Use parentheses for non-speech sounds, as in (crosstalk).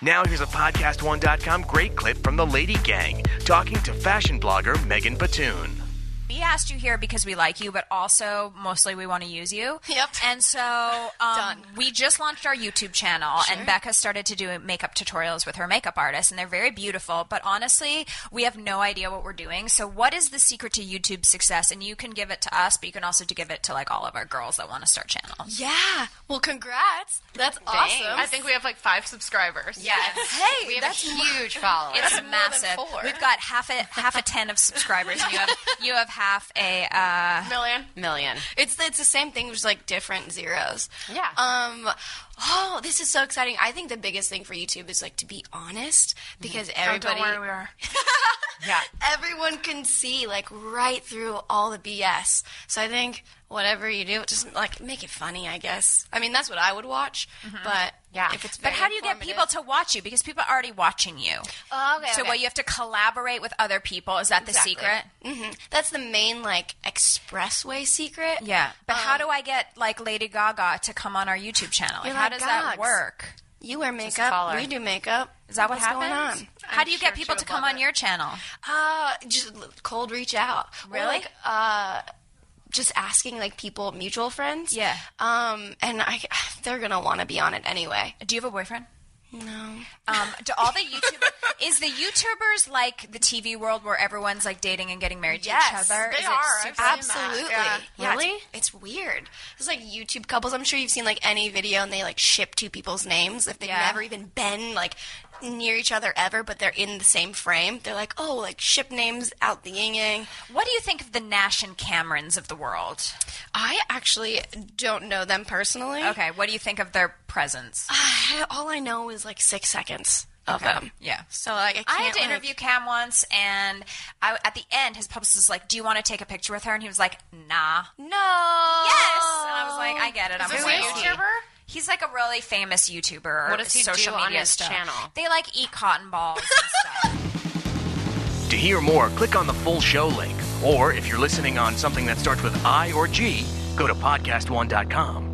Now here's a podcast1.com great clip from the Lady Gang talking to fashion blogger Megan Patoon. We asked you here because we like you, but also mostly we want to use you. Yep. And (laughs) so um, Done. we just launched our YouTube channel, and Becca started to do makeup tutorials with her makeup artist, and they're very beautiful. But honestly, we have no idea what we're doing. So, what is the secret to YouTube success? And you can give it to us, but you can also to give it to like all of our girls that want to start channels. Yeah. Well, congrats. That's awesome. I think we have like five subscribers. (laughs) Hey, we have that's a huge following. It's more than massive. four. We've got half a half a ten of subscribers. And you have you have half a uh, million. million. It's it's the same thing, just like different zeros. Yeah. Um. Oh, this is so exciting. I think the biggest thing for YouTube is like to be honest because Mm-hmm. Oh, everybody, are. Yeah. everyone can see like right through all the BS. So I think whatever you do, just like make it funny. I guess. I mean, that's what I would watch. But Yeah. if it's Mm-hmm. But very how do you get people informative- to watch you? Because people are already watching you. Oh, okay, So okay. what you have to collaborate with other people. Is that the Exactly. Mm-hmm. secret? That's the main like expressway secret. Yeah. But how do I get like Lady Gaga to come on our YouTube channel? Like, Um, You're how like, does that "Gogs." work? You wear call makeup. her. We do makeup. Is that what What's happens? going on? How I'm do you sure get people she to would come love on it. your channel? Uh, just l- cold reach out. Or, Really? like, uh, just asking like people, mutual friends. Yeah. Um, and I, (sighs) they're gonna want to be on it anyway. Do you have a boyfriend? No. Um, do all the YouTubers (laughs) is the YouTubers like the TV world where everyone's like dating and getting married Yes, to each other? they Is it are. super- I've seen that. Absolutely. Yeah. Yeah, it's- Really? It's, weird. It's like YouTube couples. I'm sure you've seen like any video and they like ship two people's names if they've Yeah. never even been like near each other ever, but they're in the same frame. They're like, oh, like ship names out the yin yang. what do you think of the Nash and Camerons of the world? I actually don't know them personally. Okay, what do you think of their presence? (sighs) All I know is like six seconds of Um, them. Um, Yeah. So like I, can't, I had to like- interview Cam once, and I, at the end, his publicist was like, "Do you want to take a picture with her?" And he was like, "Nah." No. Yes, and I was like, "I get it." I'm Is this a like, Really? YouTuber? He's like a really famous YouTuber. What does he social do on media his stuff. channel? They like eat cotton balls (laughs) and stuff. To hear more, click on the full show link. Or if you're listening on something that starts with I or G, go to podcast1.com.